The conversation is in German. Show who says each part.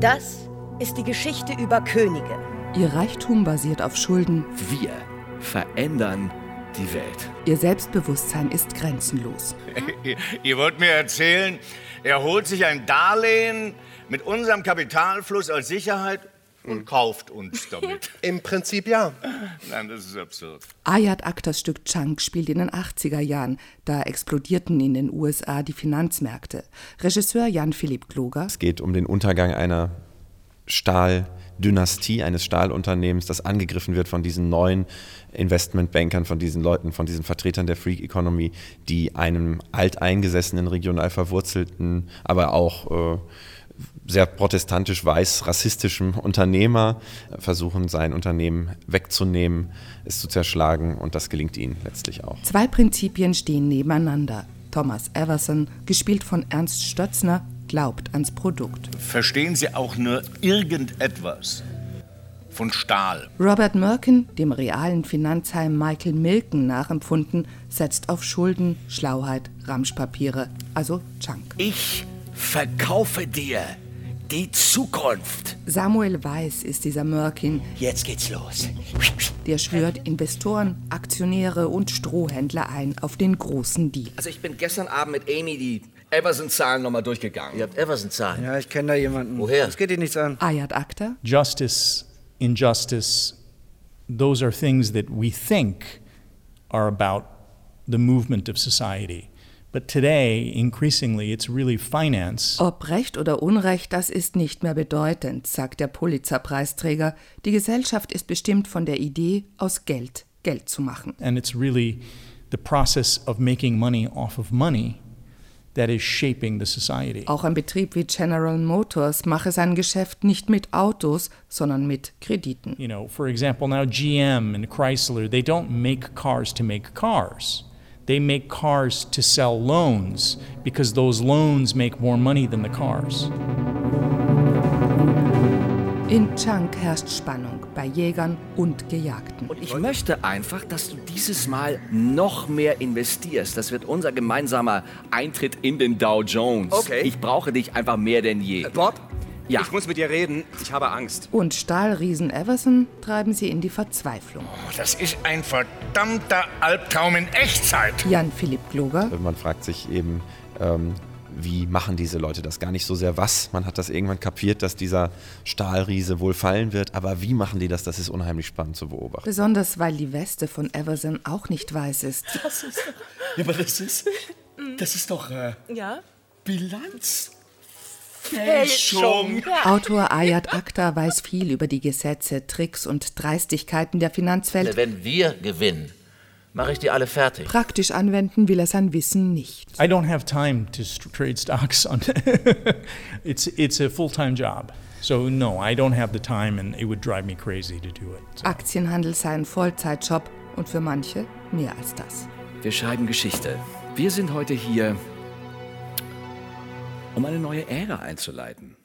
Speaker 1: Das ist die Geschichte über Könige.
Speaker 2: Ihr Reichtum basiert auf Schulden.
Speaker 3: Wir verändern die Welt.
Speaker 2: Ihr Selbstbewusstsein ist grenzenlos.
Speaker 4: Ihr, ihr wollt mir erzählen, er holt sich ein Darlehen mit unserem Kapitalfluss als Sicherheit und kauft uns damit.
Speaker 5: Im Prinzip ja.
Speaker 4: Nein, das ist absurd.
Speaker 2: Ayat Aktas Stück Chunk spielt in den 80er Jahren. Da explodierten in den USA die Finanzmärkte. Regisseur Jan-Philipp Kloger.
Speaker 6: Es geht um den Untergang einer Stahldynastie, eines Stahlunternehmens, das angegriffen wird von diesen neuen Investmentbankern, von diesen Leuten, von diesen Vertretern der Freak Economy, die einem alteingesessenen, regional verwurzelten, aber auch äh, sehr protestantisch weiß rassistischen Unternehmer äh, versuchen, sein Unternehmen wegzunehmen, es zu zerschlagen und das gelingt ihnen letztlich auch.
Speaker 2: Zwei Prinzipien stehen nebeneinander. Thomas Everson, gespielt von Ernst Stötzner, glaubt ans Produkt.
Speaker 4: Verstehen Sie auch nur irgendetwas von Stahl?
Speaker 2: Robert Merkin, dem realen Finanzheim Michael Milken nachempfunden, setzt auf Schulden, Schlauheit, Ramschpapiere, also Junk.
Speaker 7: Ich verkaufe dir die Zukunft.
Speaker 2: Samuel Weiß ist dieser Merkin,
Speaker 7: Jetzt geht's los.
Speaker 2: der schwört Investoren, Aktionäre und Strohhändler ein auf den großen Deal.
Speaker 8: Also ich bin gestern Abend mit Amy die Everson-Zahlen nochmal durchgegangen.
Speaker 7: Ihr habt Everson-Zahlen.
Speaker 9: Ja, ich kenne da jemanden.
Speaker 8: Woher?
Speaker 9: Das geht dir nichts an.
Speaker 2: Ayat Akta,
Speaker 10: justice, injustice, those are things that we think are about the movement of society. But today, increasingly, it's really finance.
Speaker 2: Ob Recht oder Unrecht, das ist nicht mehr bedeutend, sagt der Pulitzer-Preisträger. Die Gesellschaft ist bestimmt von der Idee, aus Geld Geld zu machen.
Speaker 10: And it's really the process of making money off of money that is shaping the society.
Speaker 2: Auch ein Betrieb wie General Motors mache sein Geschäft nicht mit Autos, sondern mit Krediten.
Speaker 10: You know, for example, now GM and Chrysler, they don't make cars to make cars. They make cars to sell loans because those loans make more money than the cars.
Speaker 2: In Chunk herrscht Spannung bei Jägern und Gejagten.
Speaker 8: Und ich möchte einfach, dass du dieses Mal noch mehr investierst. Das wird unser gemeinsamer Eintritt in den Dow Jones.
Speaker 7: Okay.
Speaker 8: Ich brauche dich einfach mehr denn je.
Speaker 7: Bob?
Speaker 8: Ja.
Speaker 7: Ich muss mit dir reden. Ich habe Angst.
Speaker 2: Und Stahlriesen Everson treiben sie in die Verzweiflung.
Speaker 4: Das ist ein verdammter Albtraum in Echtzeit.
Speaker 2: Jan-Philipp Gloger,
Speaker 6: Äh, Man fragt sich eben, ähm, wie machen diese Leute das? Gar nicht so sehr was. Man hat das irgendwann kapiert, dass dieser Stahlriese wohl fallen wird, aber wie machen die das? Das ist unheimlich spannend zu beobachten.
Speaker 2: besonders weil die Weste von Everson auch nicht weiß ist.
Speaker 7: Ja, aber das ist. Das ist doch. Äh,
Speaker 11: Ja.
Speaker 7: Bilanz.
Speaker 4: Schon.
Speaker 2: Autor Ayat Akta weiß viel über die Gesetze, Tricks und Dreistigkeiten der Finanzwelt.
Speaker 7: Wenn wir gewinnen, mache ich die alle fertig.
Speaker 2: Praktisch anwenden will er sein Wissen nicht.
Speaker 10: I don't have time to st- trade stocks on. it's it's a full time job, so no, I don't have the time, and it would drive me crazy to do it.
Speaker 2: Aktienhandel sei ein Vollzeitjob und für manche mehr als das.
Speaker 8: Wir schreiben Geschichte. Wir sind heute hier, um eine neue Ära einzuleiten.